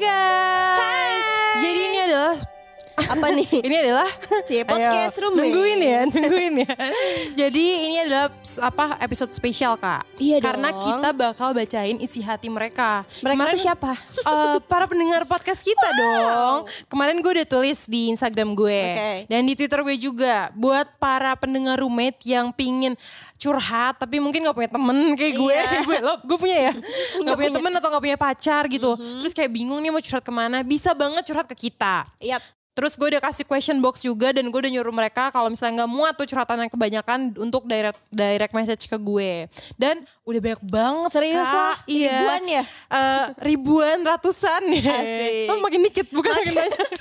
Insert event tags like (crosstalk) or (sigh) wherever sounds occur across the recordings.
guys. Jadi ini adalah Apa (laughs) nih? ini adalah Cie, podcast Ayo, room, eh. Nungguin ya, (laughs) nungguin ya. Jadi ini adalah s- apa episode spesial kak. Iya Karena dong. kita bakal bacain isi hati mereka. Mereka Kemarin- tuh siapa? (laughs) Eh, para pendengar podcast kita dong. Kemarin gue udah tulis di Instagram gue Oke. dan di Twitter gue juga. Buat para pendengar roommate yang pingin curhat tapi mungkin gak punya temen kayak gue, Iya. kayak (laughs) gue lo, gue punya ya. gak punya temen atau gak punya pacar gitu. Terus kayak bingung nih mau curhat kemana, bisa banget curhat ke kita. Yap. Terus gue udah kasih question box juga dan gue udah nyuruh mereka kalau misalnya nggak muat tuh curhatan yang kebanyakan untuk direct direct message ke gue. Dan udah banyak banget Serius Kak. lah, iya. ribuan ya? Eh, ribuan, ratusan ya. (laughs) Asik. (laughs) Oh, makin dikit bukan makin banyak. (laughs)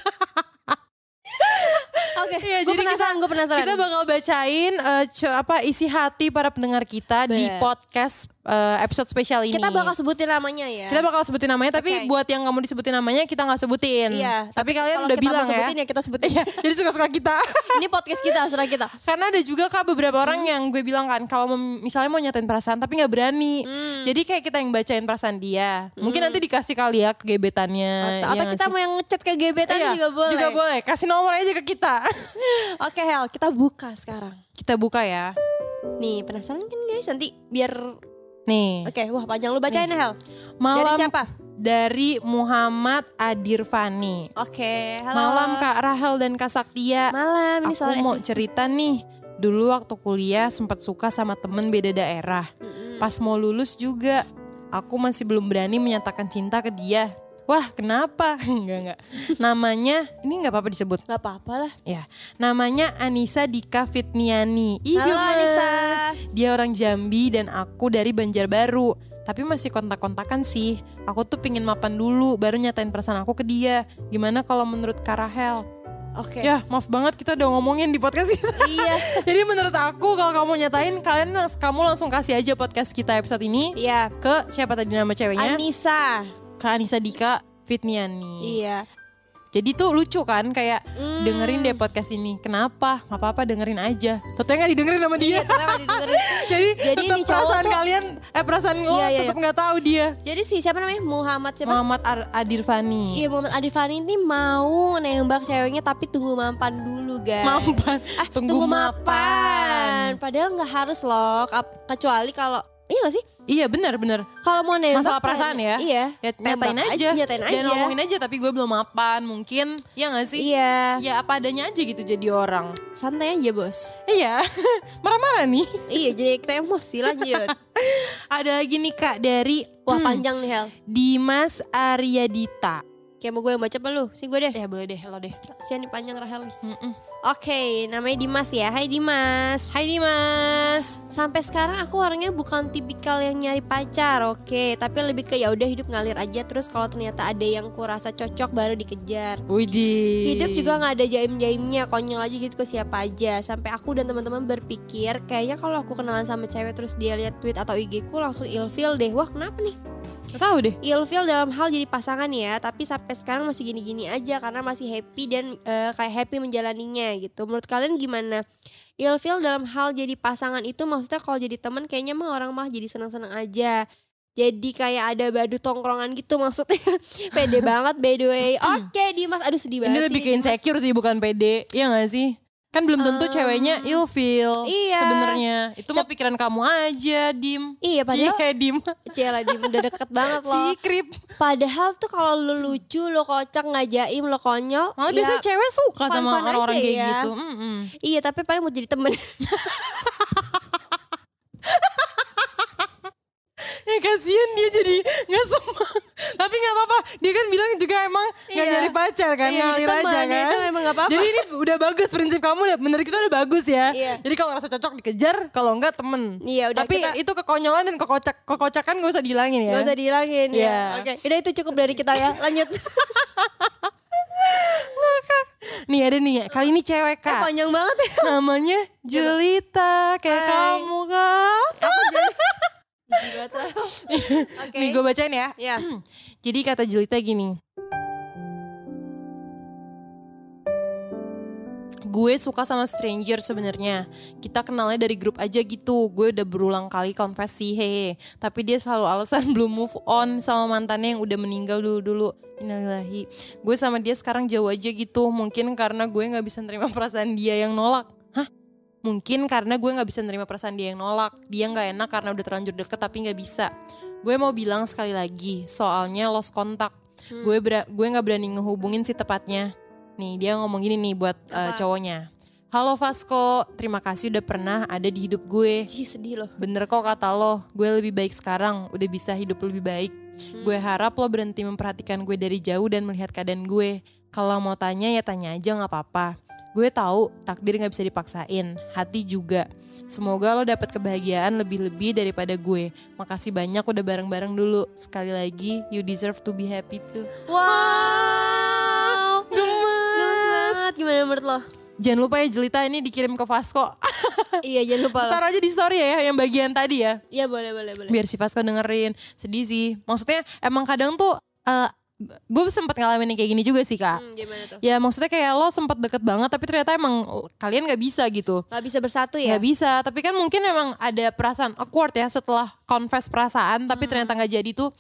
Oke, Iya, gue penasaran, gue penasaran. Kita bakal bacain eh, ce- apa isi hati para pendengar kita di Bener. podcast eh, episode spesial ini. Kita bakal sebutin namanya ya. kita bakal sebutin namanya tapi Oke. buat yang nggak mau disebutin namanya kita nggak sebutin. Iya, Tapi Kalau kalian udah kita bilang mau sebutin ya. ya kita sebutin. (laughs) Iya, jadi suka-suka kita. (laughs) Ini podcast kita, serah kita. Karena ada juga kak beberapa orang Hmm. yang gue bilang kan kalau mem- misalnya mau nyatain perasaan tapi nggak berani. Hmm. Jadi kayak kita yang bacain perasaan dia. Mungkin nanti dikasih kali ya kegebetannya. ya Atau, atau nggak kita sih? mau yang ngechat ke gebetan Iya, juga boleh. Juga boleh. Kasih nomor aja ke kita. (laughs) Oke Hel, kita buka sekarang. kita buka ya. Nih penasaran kan guys nanti biar Nih. oke wah panjang lu bacain Hel. Hmm. Malam Dari siapa? dari Muhammad Adirfani. Oke, halo. Malam Kak Rahel dan Kak Saktia. Malam ini Aku sore. mau cerita nih. Dulu waktu kuliah sempat suka sama temen beda daerah. Mm-mm. Pas mau lulus juga, aku masih belum berani menyatakan cinta ke dia. Wah, kenapa? (laughs) Enggak, enggak. Namanya, ini enggak apa-apa disebut. Gak apa-apa lah. Ya, namanya Anissa Dika Fitniani. Ih, Halo gemes. Anissa. Dia orang Jambi dan aku dari Banjarbaru. Tapi masih kontak-kontakan sih. Aku tuh pingin mapan dulu, baru nyatain perasaan aku ke dia. Gimana kalau menurut Karahel? Oke. Ya, maaf banget kita udah ngomongin di podcast kita. (laughs) iya. Jadi menurut aku kalau kamu nyatain, kalian langs- kamu langsung kasih aja podcast kita episode ini Iya. ke siapa tadi nama ceweknya? Anissa. Ke Anissa Dika Fitniani. Iya. Jadi tuh lucu kan kayak Hmm. dengerin deh podcast ini. Kenapa? Gak apa-apa dengerin aja. Totalnya nggak didengerin sama dia. Iya, kenapa didengerin? (laughs) Jadi, Jadi tetap ini cowok perasaan tuh- kalian eh perasaan lo Iya, iya, tetap nggak tahu dia. Jadi si siapa namanya? Muhammad siapa? Muhammad Ar- Adirfani. Iya Muhammad Adifani ini mau nembak ceweknya tapi tunggu mampan dulu guys. Mampan. Ah, tunggu, mapan. Padahal nggak harus loh, kap- kecuali kalau iya gak sih? Iya benar-benar. Kalau mau nembak Masalah kan- perasaan ya? Iya. Ya Nembak nyatain aja. nyatain aja. Dan ngomongin aja tapi gue belum mapan mungkin. Ya gak sih? Iya, Ya apa adanya aja gitu jadi orang. santai aja bos. Iya. (laughs) Marah-marah nih. iya, jadi kita emosi (laughs) lanjut. Ada lagi nih kak dari Wah Hmm. panjang nih Hel. Dimas Aryadita. Kayak mau gue yang baca apa lu? Si gue deh. Ya boleh deh, lo deh. Sian nih panjang Rahel nih. Oke, namanya Dimas ya. Hai Dimas. Hai Dimas. Sampai sekarang aku orangnya bukan tipikal yang nyari pacar, oke. Tapi lebih ke ya udah hidup ngalir aja. Terus kalau ternyata ada yang kurasa cocok baru dikejar. Widi. Hidup juga nggak ada jaim-jaimnya, konyol aja gitu ke siapa aja. Sampai aku dan teman-teman berpikir, kayaknya kalau aku kenalan sama cewek terus dia lihat tweet atau IG ku langsung ilfeel deh. Wah kenapa nih? Gak tahu deh. Ilfeel dalam hal jadi pasangan ya, tapi sampai sekarang masih gini-gini aja karena masih happy dan eh, kayak happy menjalaninya gitu. Menurut kalian gimana? Ilfeel dalam hal jadi pasangan itu maksudnya kalau jadi teman kayaknya mah orang mah jadi senang-senang aja. Jadi kayak ada badu tongkrongan gitu maksudnya. (laughs) Pede banget by the way. Oke, Dimas aduh sedih Hmm. Ini banget. lebih sih ke Dimas. insecure sih bukan pede. Iya gak sih? Kan belum tentu Hmm. ceweknya ilfeel Iya. sebenarnya. Itu mah pikiran kamu aja, Dim. Iya padahal Cie, Dim. (laughs) Cila Dim udah deket banget Si loh. krip. Padahal tuh kalau lu lucu, lu kocak, ngajaim, lu konyol. Malah ya- biasanya cewek suka sama fun-fun orang-orang aja kayak ya. gitu. Mm-mm. Iya tapi paling mau jadi temen. (laughs) Ya kasihan dia jadi gak semangat. (laughs) Tapi gak apa-apa. Dia kan bilang juga emang gak Iya. nyari pacar kan. Iya, ngalir teman, aja ya, kan. itu emang gak apa-apa. Jadi ini udah bagus prinsip kamu. udah- Menurut kita udah bagus ya. Iya. Jadi kalau ngerasa cocok dikejar. Kalau enggak temen. Iya, udah, Tapi kita- itu kekonyolan dan kekocak, kekocakan gak usah dihilangin ya. Gak usah dihilangin Iya. ya. Oke, udah itu cukup dari kita ya. Lanjut. (laughs) Nih ada nih. Kali ini cewek Eh, kak. panjang banget ya. Namanya Jelita. Kayak Hai. kamu kak. Gila, Tra. Oke. Nih gue bacain ya. Ya. Jadi kata Julita gini. gue suka sama stranger sebenarnya. Kita kenalnya dari grup aja gitu. Gue udah berulang kali konversi hehe. Tapi dia selalu alasan (laughs) belum move on sama mantannya yang udah meninggal dulu-dulu. Innalillahi. Gue sama dia sekarang jauh aja gitu. Mungkin karena gue nggak bisa terima perasaan dia yang nolak. Hah? Mungkin karena gue nggak bisa terima perasaan dia yang nolak. Dia nggak enak karena udah terlanjur deket tapi nggak bisa. Gue mau bilang sekali lagi, soalnya lost kontak. Hmm. Gue bera- gue nggak berani ngehubungin sih tepatnya. Nih dia ngomong gini nih buat uh, Apa? cowoknya. Halo Vasco, terima kasih udah pernah ada di hidup gue. Ih, sedih loh. Bener kok kata lo, gue lebih baik sekarang, udah bisa hidup lebih baik. Hmm. Gue harap lo berhenti memperhatikan gue dari jauh dan melihat keadaan gue. Kalau mau tanya ya tanya aja nggak apa-apa. Gue tahu takdir nggak bisa dipaksain, hati juga. Semoga lo dapat kebahagiaan lebih-lebih daripada gue. Makasih banyak udah bareng-bareng dulu. Sekali lagi, you deserve to be happy too. Wow. Gemes Gemes. banget. Gimana menurut lo? Jangan lupa ya Jelita ini dikirim ke Vasco. (laughs) iya, jangan lupa lo. Taruh aja di story ya yang bagian tadi ya. Iya, boleh, boleh, boleh. biar si Vasco dengerin sedih sih maksudnya emang kadang tuh gue sempet ngalamin yang kayak gini juga sih kak Hmm, gimana tuh? ya maksudnya kayak lo sempet deket banget tapi ternyata emang kalian nggak bisa gitu Gak bisa bersatu ya? nggak bisa tapi kan mungkin emang ada perasaan awkward ya setelah confess perasaan tapi ternyata nggak jadi tuh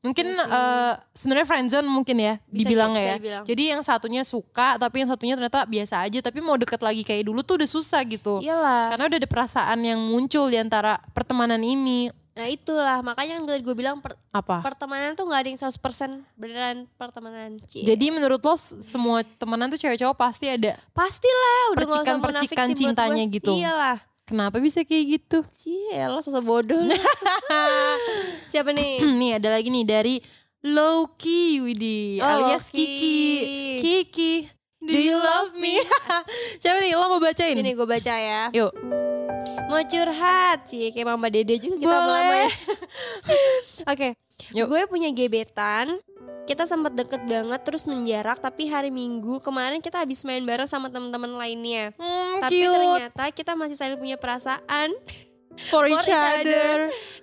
mungkin Hmm. Iya sih. eh, sebenarnya friendzone mungkin ya dibilangnya bisa ya dibilang. jadi yang satunya suka tapi yang satunya ternyata biasa aja tapi mau deket lagi kayak dulu tuh udah susah gitu Iyalah. karena udah ada perasaan yang muncul di antara pertemanan ini Nah itulah makanya kan gue bilang per- apa pertemanan tuh nggak ada yang 100% beneran pertemanan. Cie. Jadi menurut lo s- semua temenan tuh cewek cowok pasti ada. pastilah udah nggak usah percikan-percikan munafik sih buat cintanya gue. gitu. Iyalah. Kenapa bisa kayak gitu? (clears throat) Cie, lo sosok (laughs) bodoh. lu. Siapa nih? nih ada lagi nih dari Loki Widi Oh, alias Loki. Kiki. Kiki, do you love me? Siapa nih? Lo mau bacain? Ini gue baca ya. Yuk. Mau curhat sih kayak Mama Dede juga kita Boleh. lama (laughs) ya. Oke. Yuk. Gue punya gebetan. Kita sempat deket banget terus menjarak tapi hari Minggu kemarin kita habis main bareng sama teman-teman lainnya. Hmm, Tapi cute ternyata kita masih saling punya perasaan. (laughs) for each each other. other.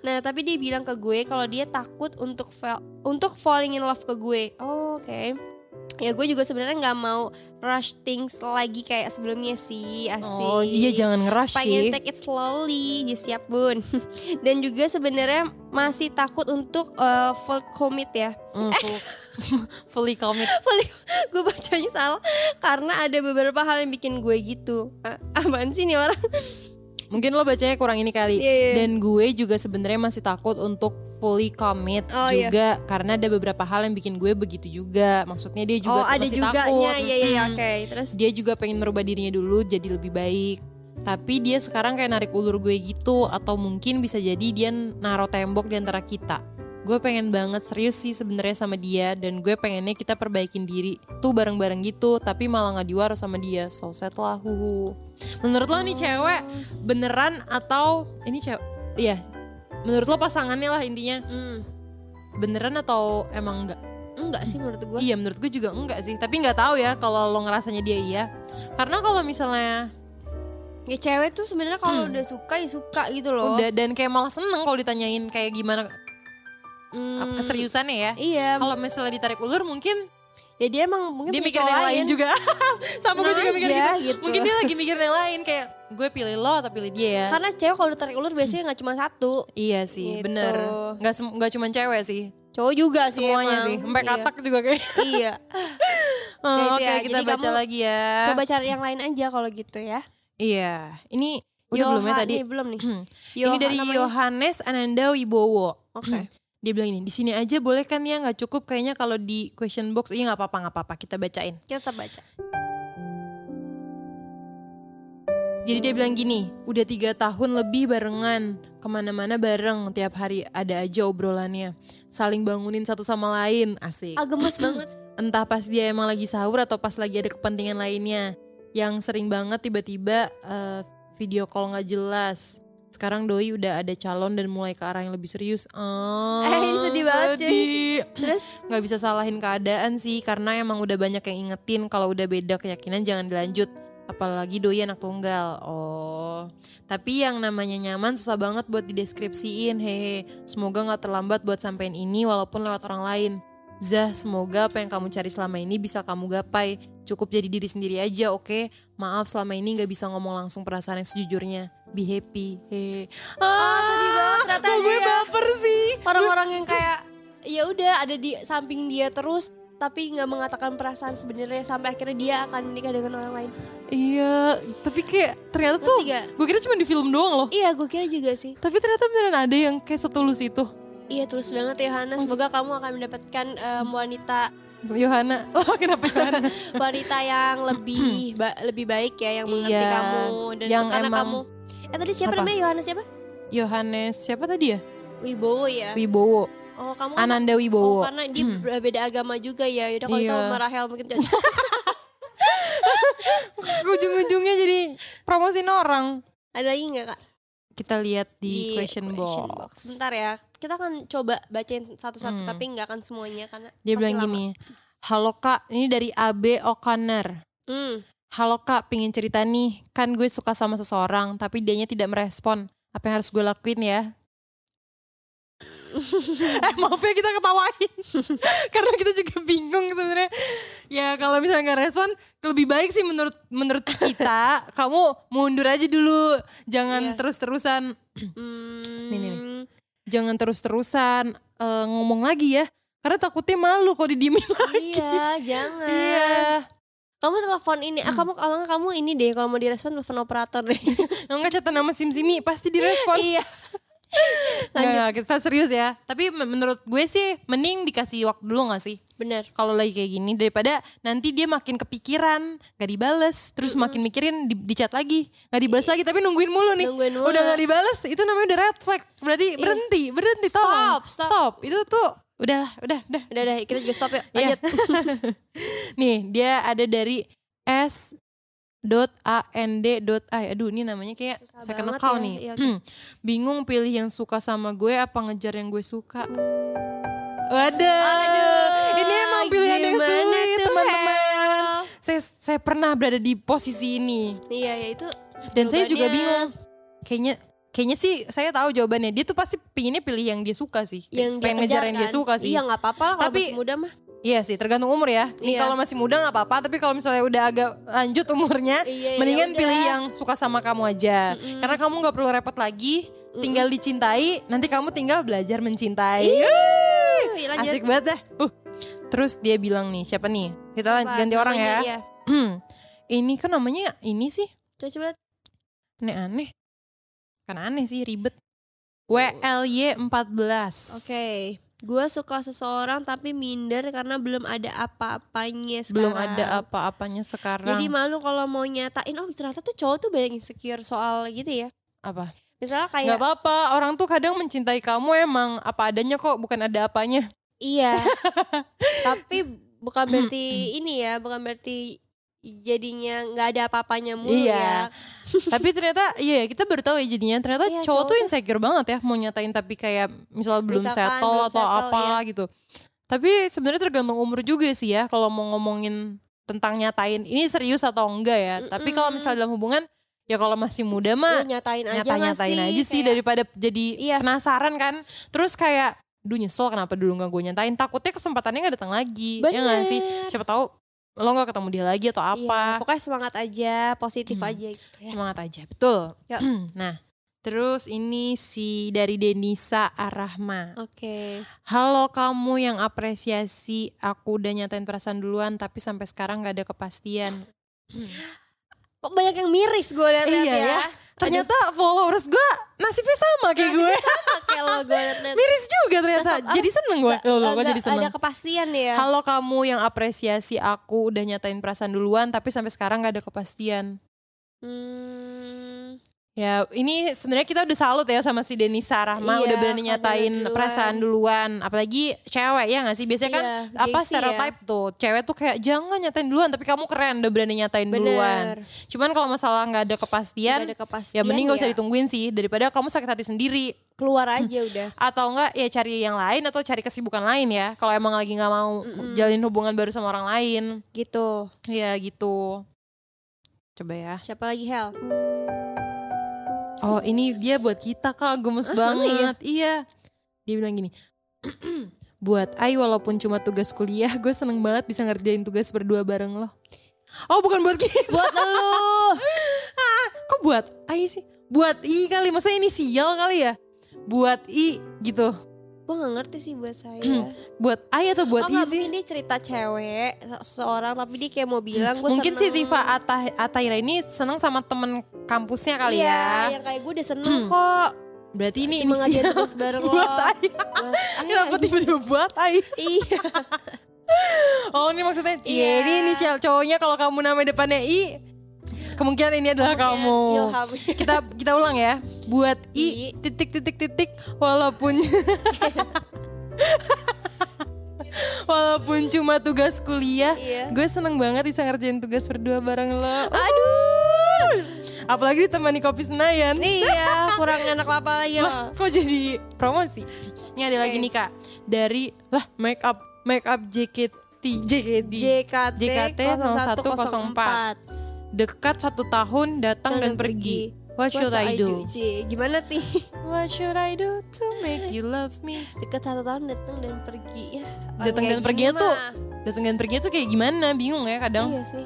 Nah, tapi dia bilang ke gue kalau dia takut untuk fa- untuk falling in love ke gue. Oh, oke. Ya gue juga sebenarnya nggak mau rush things lagi kayak sebelumnya sih, asik. Oh iya jangan ngerush Pengen sih. take it slowly, ya siap bun. (laughs) Dan juga sebenarnya masih takut untuk eh, full commit ya. (laughs) Hmm, full- (laughs) fully commit. gue bacanya salah karena ada beberapa hal yang bikin gue gitu. Ah, apaan sih nih orang? Mungkin lo bacanya kurang ini kali. Iya, iya. Dan gue juga sebenarnya masih takut untuk fully commit Oh, iya. juga karena ada beberapa hal yang bikin gue begitu juga. Maksudnya dia juga oh ada masih juga takut. ya, ya, ya, Mm-mm. oke. Terus Dia juga pengen merubah dirinya dulu jadi lebih baik. Tapi dia sekarang kayak narik ulur gue gitu atau mungkin bisa jadi dia naruh tembok di antara kita. Gue pengen banget serius sih sebenarnya sama dia dan gue pengennya kita perbaikin diri tuh bareng-bareng gitu tapi malah nggak diwaro sama dia. So sad lah huhu. Menurut lo nih cewek beneran atau ini cewek iya menurut lo pasangannya lah intinya Hmm, beneran atau emang Mm. enggak enggak sih menurut gue. iya menurut gue juga enggak sih tapi nggak tahu ya kalau lo ngerasanya dia iya karena kalau misalnya Ya cewek tuh sebenarnya kalau Hmm. udah suka ya suka gitu loh. udah dan kayak malah seneng kalau ditanyain kayak gimana Hmm, keseriusannya ya Iya. kalau misalnya ditarik ulur mungkin Ya dia emang mungkin dia punya mikir cowok yang lain juga (laughs) sama gue Tenang juga mikir aja, gitu gitu. mungkin dia lagi mikir yang lain kayak gue pilih lo atau pilih dia ya Karena cewek kalau ditarik ulur biasanya nggak cuma satu, iya sih Kan Gitu. bener nggak sem- nggak cuma cewek sih cowok juga sih semuanya emang. sih sampai Iya. katak juga kayak (laughs) Iya. Oh, Ya, itu (laughs) Oke ya. kita Jadi baca kamu lagi ya. Coba cari yang lain aja kalau gitu ya. Iya, ini udah belum ya Yoha- tadi. nih, belum nih. (clears throat) ini Yoha dari Hmm. namanya. Yohanes Ananda Wibowo. Oke. Dia bilang ini di sini aja boleh kan ya nggak cukup kayaknya kalau di question box iya nggak apa-apa nggak apa-apa kita bacain. Kita tetap baca. Jadi dia bilang gini, udah tiga tahun lebih barengan, kemana-mana bareng, tiap hari ada aja obrolannya, saling bangunin satu sama lain, asik. Ah gemes banget. entah pas dia emang lagi sahur atau pas lagi ada kepentingan lainnya yang sering banget tiba-tiba eh, video call nggak jelas sekarang doi udah ada calon dan mulai ke arah yang lebih serius Ah, Eh, ini sedih banget, cuy. sedih. Terus nggak bisa salahin keadaan sih karena emang udah banyak yang ingetin kalau udah beda keyakinan jangan dilanjut apalagi doi anak tunggal oh tapi yang namanya nyaman susah banget buat dideskripsiin hehe semoga nggak terlambat buat sampein ini walaupun lewat orang lain Zah, semoga apa yang kamu cari selama ini bisa kamu gapai. Cukup jadi diri sendiri aja, oke? Maaf selama ini nggak bisa ngomong langsung perasaan yang sejujurnya. Be happy. Hey. Ah, sedih banget kok katanya. gue baper sih. Orang-orang yang kayak ya udah ada di samping dia terus tapi nggak mengatakan perasaan sebenarnya sampai akhirnya dia akan menikah dengan orang lain. Iya, tapi kayak ternyata tuh Ngerti gak? gue kira cuma di film doang loh. Iya, gue kira juga sih. Tapi ternyata beneran ada yang kayak setulus itu. Iya, terus banget Yohana. Maksud- Semoga kamu akan mendapatkan em, wanita Yohana, (laughs) oh kenapa Yohana? wanita (clears throat) yang lebih ba- lebih baik ya yang mengerti Iya, kamu dan yang karena emang- kamu eh tadi siapa Apa? namanya Yohanes siapa Yohanes, siapa tadi ya? Wibowo ya Wibowo, oh kamu kan- Ananda oh Wibowo. karena dia Hmm. berbeda agama juga ya yaudah kalau Iya. itu sama Rahel mungkin (laughs) cocok Hmm. Ujung-ujungnya jadi promosiin orang. ada lagi nggak kak Kita lihat di, question, box. bentar ya kita akan coba bacain satu-satu Hmm. tapi nggak akan semuanya karena Dia pasti bilang lama. gini, Halo kak, ini dari AB O'Connor. hmm. Halo kak, pingin cerita nih. Kan gue suka sama seseorang, tapi dianya tidak merespon. Apa yang harus gue lakuin (laughs) ya? eh maaf ya kita ketawain. (laughs) Karena kita juga bingung sebenarnya. Ya kalau misalnya nggak respon, lebih baik sih menurut menurut (laughs) kita. kamu mundur aja dulu. Jangan Iya. terus-terusan. Hmm. Nih, nih, Jangan terus-terusan eh, ngomong lagi ya. Karena takutnya malu kalau didiemin (laughs) lagi. iya jangan Iya. kamu telepon ini ah, kamu kalau nggak kamu ini deh kalau mau direspon telepon operator (laughs) deh Enggak catat nama Sim-Simi, pasti direspon. iya Nggak, lanjut nggak, kita serius ya. Tapi men- menurut gue sih mending dikasih waktu dulu gak sih? benar Kalau lagi kayak gini daripada nanti dia makin kepikiran, gak dibales, terus makin mikirin di, di chat lagi, gak dibales lagi tapi nungguin mulu nih. Nungguin mulu. Udah gak dibales, itu namanya udah red flag. Berarti berhenti, berhenti Stop, tolong. stop. Itu tuh udah udah udah. Udah udah kita juga stop ya. Iya. Lanjut. (laughs) Nih, dia ada dari S dot a n d dot i aduh ini namanya kayak Susah second banget account ya, nih iya, oke. Hmm. bingung pilih yang suka sama gue apa ngejar yang gue suka waduh ini emang pilihan yang gimana sulit tuh, teman-teman Hel? saya saya pernah berada di posisi ini Iya, ya itu dan saya juga Jawabannya- bingung kayaknya kayaknya sih saya tahu jawabannya dia tuh pasti pinginnya pilih yang dia suka sih yang dia pengen ngejar yang dia kejar, kan? suka sih Iya, nggak apa-apa lah kalau Tapi- masih muda mah. Iya sih, tergantung umur ya. Ini Iya. Kalau masih muda nggak apa-apa, tapi kalau misalnya udah agak lanjut umurnya, Iya, ya mendingan udah. pilih yang suka sama kamu aja. Mm-mm. Karena kamu nggak perlu repot lagi, tinggal dicintai. Nanti kamu tinggal belajar mencintai. Yuk, Yeay, lanjut. Asik banget dah. Uh. Terus dia bilang nih, siapa nih? Kita lan- Apa ganti orang ya. namanya, (clears throat) Iya. ini kan namanya ini sih, Coba coba. lihat. aneh-aneh. Kan aneh sih, ribet. WLY14. Oke. Gue suka seseorang tapi minder karena belum ada apa-apanya sekarang. Belum ada apa-apanya sekarang. Jadi malu kalau mau nyatain, oh ternyata tuh cowok tuh banyak insecure soal gitu ya. apa? Misalnya Gak kayak, apa-apa, orang tuh kadang mencintai kamu emang apa adanya kok, bukan ada (laughs) apanya. (laughs) iya. tapi bukan berarti ini ya, bukan berarti jadinya nggak ada apa-apanya mulu Iya. ya. tapi ternyata, iya kita baru tahu ya jadinya, ternyata cowok Iya, cowok tuh tuh- insecure banget ya, mau nyatain tapi kayak misal belum Misalkan settle belum atau settle, iya. apa gitu. Tapi sebenarnya tergantung umur juga sih ya, kalau mau ngomongin tentang nyatain, ini serius atau enggak ya. Tapi kalau Mm-mm. misalnya dalam hubungan, ya kalau masih muda Lu mah nyatain aja nggak nyata-nyatain aja sih Kayak, daripada jadi Iya. penasaran kan. Terus kayak, duh nyesel kenapa dulu gak gue nyatain, takutnya kesempatannya gak datang lagi, ya gak sih? bener. siapa tahu lo nggak ketemu dia lagi atau Iya, apa pokoknya semangat aja positif Hmm. aja gitu ya. semangat aja betul Yuk. (clears throat) nah terus ini si dari Denisa Arahma oke halo kamu yang apresiasi aku udah nyatain perasaan duluan tapi sampai sekarang nggak ada kepastian kok banyak yang miris gue liat-liat Iya ya, ya. ternyata followers gue nasibnya sama kayak gue Oke lo gue liat-liat miris juga ternyata Nasab- jadi seneng gue Loh, loh, Agak gue jadi seneng eh, ada kepastian ya Halo kamu yang apresiasi aku udah nyatain perasaan duluan tapi sampai sekarang nggak ada kepastian. hmm, Ya, ini sebenarnya kita udah salut ya sama si Denisa Rahma Iya, udah berani kalau nyatain duluan. perasaan duluan, apalagi cewek ya nggak sih? Biasanya kan iya, apa gengsi ya. stereotype tuh, cewek tuh kayak jangan nyatain duluan, tapi kamu keren udah berani nyatain duluan. bener Cuman kalau masalah nggak ada Gak kepastian, ada kepastian iya. ya mending gak usah Hmm. ditungguin sih daripada kamu sakit hati sendiri keluar aja udah atau enggak ya cari yang lain atau cari kesibukan lain ya kalau emang lagi nggak mau Mm-mm. jalin hubungan baru sama orang lain gitu ya gitu coba ya siapa lagi Hel Oh ini dia buat kita kak gemes Iya. Ah, emang banget Iya Dia bilang gini (clears throat) Buat Ai walaupun cuma tugas kuliah, gue seneng banget bisa ngerjain tugas berdua bareng lo. Oh bukan buat kita. (laughs) Ah, Buat lu. Kok buat Ai sih? Buat I kali, maksudnya inisial kali ya? Buat I gitu. Gue gak ngerti sih buat saya. Buat Ai atau Hmm, buat oh, I nggak, sih? mungkin dia cerita cewek se- seorang tapi dia kayak mau bilang gue Mungkin si Tifa Ata- Ataira ini seneng sama temen kampusnya kali ya. Iya, yang kayak gue udah seneng Hmm. (laughs) kok. Berarti ini Cuma ngajak inisial tugas bareng lo. (laughs) Iya. buat Ai. Buat- Ay, Kenapa tiba-tiba buat Ai? eh, (laughs) Iya. Oh ini maksudnya Cie, Iya. ini inisial cowoknya kalau kamu nama depannya I Kemungkinan ini adalah (laughs) kamu ya, Ilham. (laughs) Kita kita ulang ya Buat I I. titik titik titik Walaupun (laughs) Walaupun cuma tugas kuliah Iya. Gue seneng banget bisa ngerjain tugas berdua bareng lo Aduh. Apalagi ditemani kopi Senayan iya, kurang enak apa lagi Lah, lo. kok jadi promosi? Ini ada lagi Oke. nih kak Dari lah make up make up JKT JKT JKT, JKT 0104. dekat satu tahun datang dan pergi. What should I do? Cie, gimana ti? (laughs) What should I do to make you love me? Dekat satu tahun datang dan pergi ya. Orang Datang kayak dan perginya gini tuh mah. datang dan pergi tuh kayak gimana? Bingung ya kadang. Iya sih.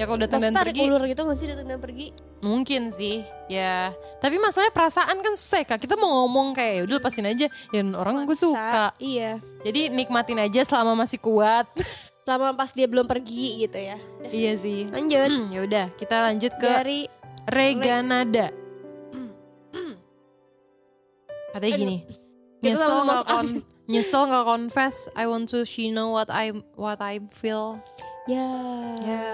Ya kalau datang dan Maksudnya tarik pergi ulur gitu nggak sih datang dan pergi? mungkin sih. Ya, tapi masalahnya perasaan kan susah ya kak. Kita mau ngomong kayak udah lepasin aja. Ya orang gue Maksa. suka. Iya. Jadi nikmatin aja selama masih kuat. Selama pas dia belum pergi gitu ya. iya sih. (clears throat) Lanjut. Hmm, ya udah kita lanjut ke Dari Reganada. Katanya Aduh. gini. Kita Nyesel sama nggak Mas kon nyesel nggak confess I want to she know what I what I feel. ya. Ya.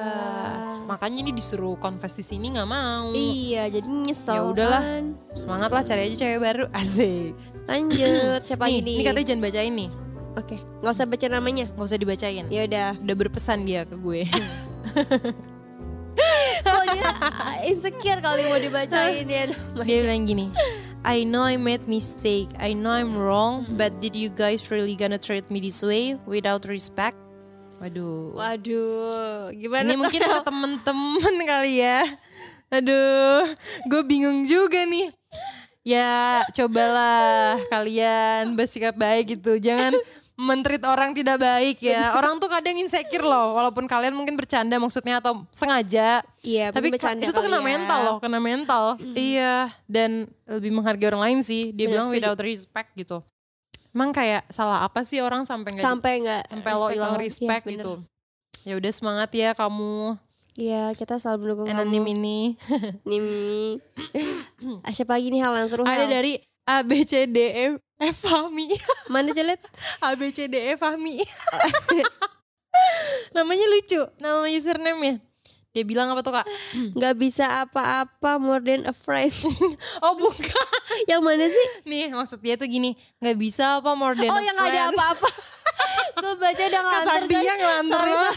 Makanya ini disuruh confess di sini nggak mau. Iya, jadi nyesel. Ya udahlah. kan. Semangat lah cari aja cewek baru. (laughs) Asik. (clears throat) Lanjut. Siapa nih, lagi nih? ini katanya jangan bacain nih. Oke, nggak usah baca namanya. nggak usah dibacain. Ya (laughs) udah. Udah berpesan dia ke gue. (laughs) Oh, Kok iya. dia ah, (laughs) insecure kali mau (laughs) dibacain ya. dia bilang gini. I know I made mistake. I know I'm wrong, but did you guys really gonna treat me this way without respect? Waduh. Waduh, Ini gimana tuh? (laughs) (laughs) mungkin ke temen-temen kali ya. Aduh, gue bingung juga nih. Ya, cobalah kalian bersikap baik gitu. Jangan mentrit orang tidak baik ya. Orang tuh kadang insecure loh, walaupun kalian mungkin bercanda maksudnya atau sengaja. Iya, Tapi mungkin bercanda itu tuh kali kena ya. mental loh, kena mental. Iya, dan lebih menghargai orang lain sih. Dia Benar, bilang setuju. without respect gitu. Emang kayak salah apa sih orang sampai nggak sampai nggak sampai lo respect hilang orang. Iya, respect bener. gitu. Ya udah semangat ya kamu Iya, kita selalu mendukung anonim ini. (clears throat) kamu. Nimi. Ah, Siapa lagi nih hal yang seru? Ada Hal? dari ABCDE eh Fahmi. (laughs) mana celet? ABCDE E, Fahmi. (laughs) Namanya lucu, nama username ya. Dia bilang apa tuh kak? Nggak bisa apa-apa more than a (laughs) friend. Oh bukan. (laughs) yang mana sih? Nih maksud dia tuh gini, nggak bisa apa more than Oh a yang nggak ada friend. apa-apa. (laughs) Gue baca udah Kata ngelantur dia ngelantur Sorry, lah.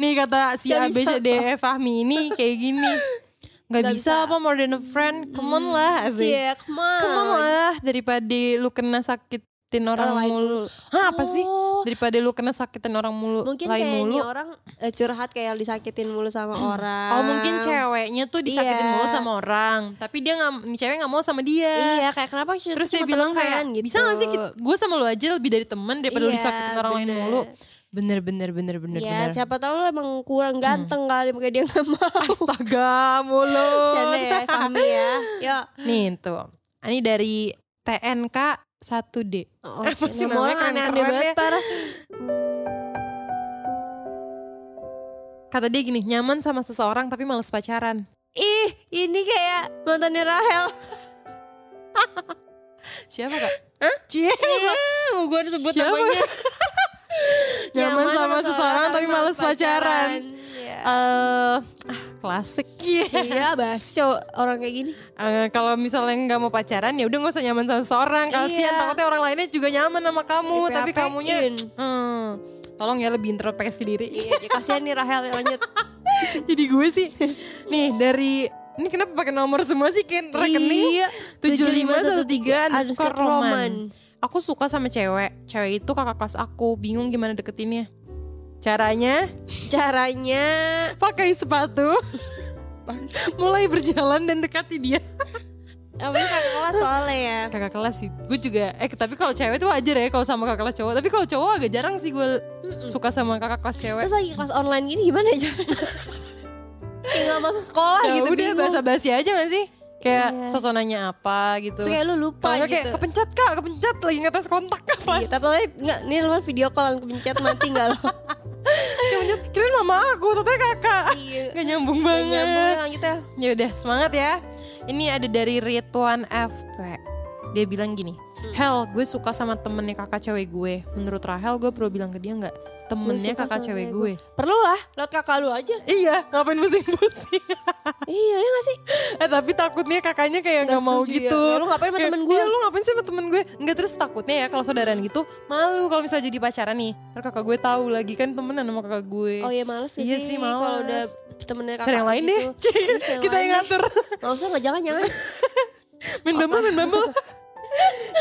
Nih kata si Nggak bisa ABCDE E, Fahmi ini kayak (laughs) gini. Nggak Nggak bisa, bisa. apa more than a friend, come on lah. asik. Iya, come on. Come on lah daripada lu kena sakitin orang Orang lain mulu. Hah, apa sih? Oh. Daripada lu kena sakitin orang mulu Mungkin lain kayak mulu. ini orang eh, curhat kayak disakitin mulu sama orang. Oh mungkin ceweknya tuh disakitin Iya. mulu sama orang, tapi dia nggak, nih cewek nggak mau sama dia. Iya, kayak kenapa sih Terus dia bilang kayak bisa gak sih gue sama lu aja lebih dari temen daripada lu gitu? Iya, disakitin orang lain bener. mulu. Bener bener bener bener Ya, bener. siapa tahu lo emang kurang ganteng kali makanya dia gak mau. (laughs) Astaga mulu. Canda (laughs) ya, (laughs) Fahmi ya. Yuk. Nih tuh, ini dari TNK 1D. Oh, Apa sih nama namanya orang aneh-aneh keren-keren banget ya? parah. Kata dia gini, nyaman sama seseorang tapi males pacaran. Ih, ini kayak mantannya Rahel. Siapa kak? Hah? Iya, Cie, Mau gue sebut Siapa? (laughs) ya? (laughs) namanya. Nyaman sama seseorang tapi males pacaran. Iya. Eh, ah, klasik. Cie. (laughs) Iya, basco orang kayak gini. Eh, kalau misalnya nggak mau pacaran ya udah nggak usah nyaman sama seseorang. Kasihan Iya. takutnya orang lainnya juga nyaman sama kamu, tapi Di-PHP-in. kamunya hmm, tolong ya lebih introspeksi diri. Iya, dia kasihan nih Rahel lanjut. (laughs) Jadi gue sih nih dari ini kenapa pakai nomor semua sih Ken? Rekening Iya, 7513 underscore underscore Roman. Aku suka sama cewek. Cewek itu kakak kelas aku. Bingung gimana deketinnya. Caranya Caranya (laughs) pakai sepatu mulai berjalan dan dekati dia Apa kakak kelas soalnya ya. kakak kelas sih gue juga eh tapi kalau cewek tuh wajar ya kalau sama kakak kelas cowok tapi kalau cowok agak jarang sih gue suka sama kakak kelas cewek Terus lagi kelas online gini gimana aja? (laughs) Tinggal masuk sekolah ya gitu udah bingung. bahasa basi aja gak sih kayak Iya. sosonanya apa gitu Terus kayak lu lupa kalau nggak gitu. kayak kepencet kak kepencet lagi ngetes kontak kapan Iya, tapi lo enggak, ini lo video callan kepencet mati enggak lo? kepencet kirain mama aku ternyata kakak Iya. gak nyambung Nggak (laughs) banget nyambung lah gitu. Ya udah semangat ya. Ini ada dari Ridwan FP. Dia bilang gini, Hmm. Hel, gue suka sama temennya kakak cewek gue. Menurut Rahel, gue perlu bilang ke dia nggak temennya kakak suka sama cewek cewek gue. Perlu lah, lewat kakak lu aja. Iya, ngapain pusing-pusing? (laughs) iya, ya nggak sih? eh tapi takutnya kakaknya kayak Nggak nggak mau setuju ya. gitu. Kayak, "Lu ngapain sama Kayak, temen gue?" Iya, lu ngapain sih sama temen gue? Enggak terus takutnya ya kalau saudaraan gitu malu kalau misalnya jadi pacaran nih. Ntar kakak gue tahu lagi kan temenan sama kakak gue. Oh iya males ya Iya sih, sih, kalau males. udah temennya kakak (laughs) Cari yang lain deh. gitu. Iya, cari yang Kita yang lain deh. ngatur. Nggak usah, nggak jangan, jangan. Main bumble, main bumble.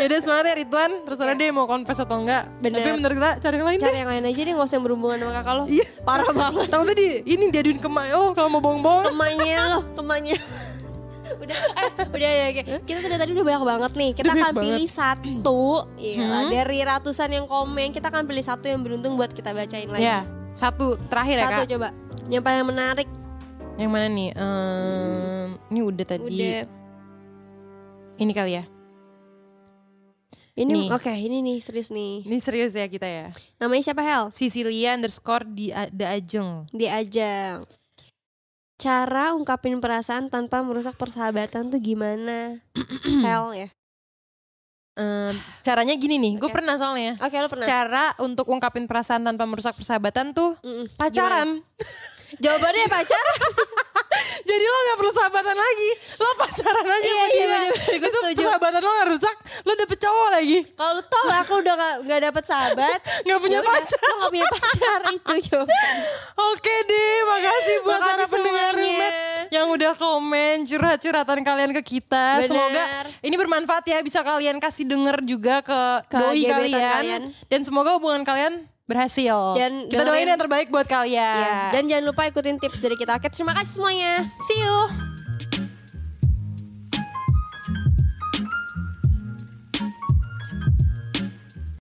Yaudah semangat (laughs) ya Ridwan Terus ada deh mau confess atau enggak Bener. Tapi menurut kita cari yang lain Cari deh yang lain aja deh, nggak usah yang berhubungan sama kakak lo. Iya. Parah banget. Tahu tadi ini diaduin ke mak Oh kalau mau bohong-bohong Temannya lo, temannya. udah, eh, udah, udah, oke. Kita tuh dari tadi udah banyak banget nih. Kita Udah banyak akan pilih satu, iya lah, dari ratusan yang komen, kita akan pilih satu yang beruntung buat kita bacain lagi. Ya satu terakhir ya Satu kak coba, yang paling menarik. Yang mana nih Ehm, Ini udah tadi Udah. Ini kali ya Ini, Nih. oke, ini nih serius nih. Ini serius ya kita ya Namanya siapa Hel? Sicilia underscore di The Ajeng di ajang. Cara ungkapin perasaan tanpa merusak persahabatan tuh gimana? Hell ya. Ehm, Caranya gini nih Gue Oke. pernah soalnya Oke lo pernah. Cara untuk ungkapin perasaan tanpa merusak persahabatan tuh Mm-mm. Pacaran Gimana? Jawabannya pacar. (laughs) Jadi lo gak perlu sahabatan lagi Lo pacaran aja sama Iya, iya, dia bener-bener. Gue Itu setuju. persahabatan lo gak rusak Lo dapet cowok lagi Kalau lu tolak aku udah gak, nggak dapet (laughs) sahabat. Gak punya ya udah, pacar Lo gak punya pacar (laughs) itu jawaban. Oke deh Makasih buat Makasih para pendengar semuanya. rumet Yang udah komen Curhat-curhatan kalian ke kita Bener. Semoga ini bermanfaat ya Bisa kalian kasih denger juga ke, Ke doi gebetan kalian. kalian. Dan semoga hubungan kalian berhasil Dan Iya, Kita dengerin- doain yang terbaik buat kalian Ya, Dan jangan lupa ikutin tips dari kita. Oke terima kasih semuanya. See you